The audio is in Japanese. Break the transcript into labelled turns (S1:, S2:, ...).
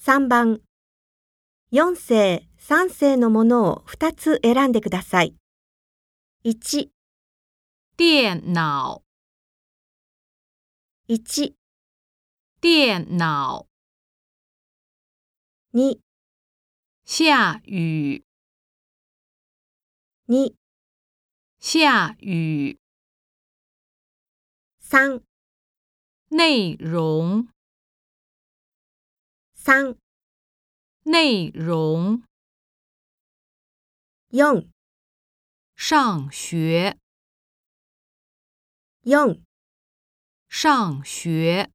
S1: 3番、4世、3世のものを2つ選んでください。1、
S2: 电脑、
S1: 1、
S2: 电脑。
S1: 2、
S2: 下雨，
S1: 2、
S2: 下雨。
S1: 3、
S2: 内容，
S1: 3、
S2: 内容。
S1: 4、
S2: 上学，
S1: 4
S2: 上学。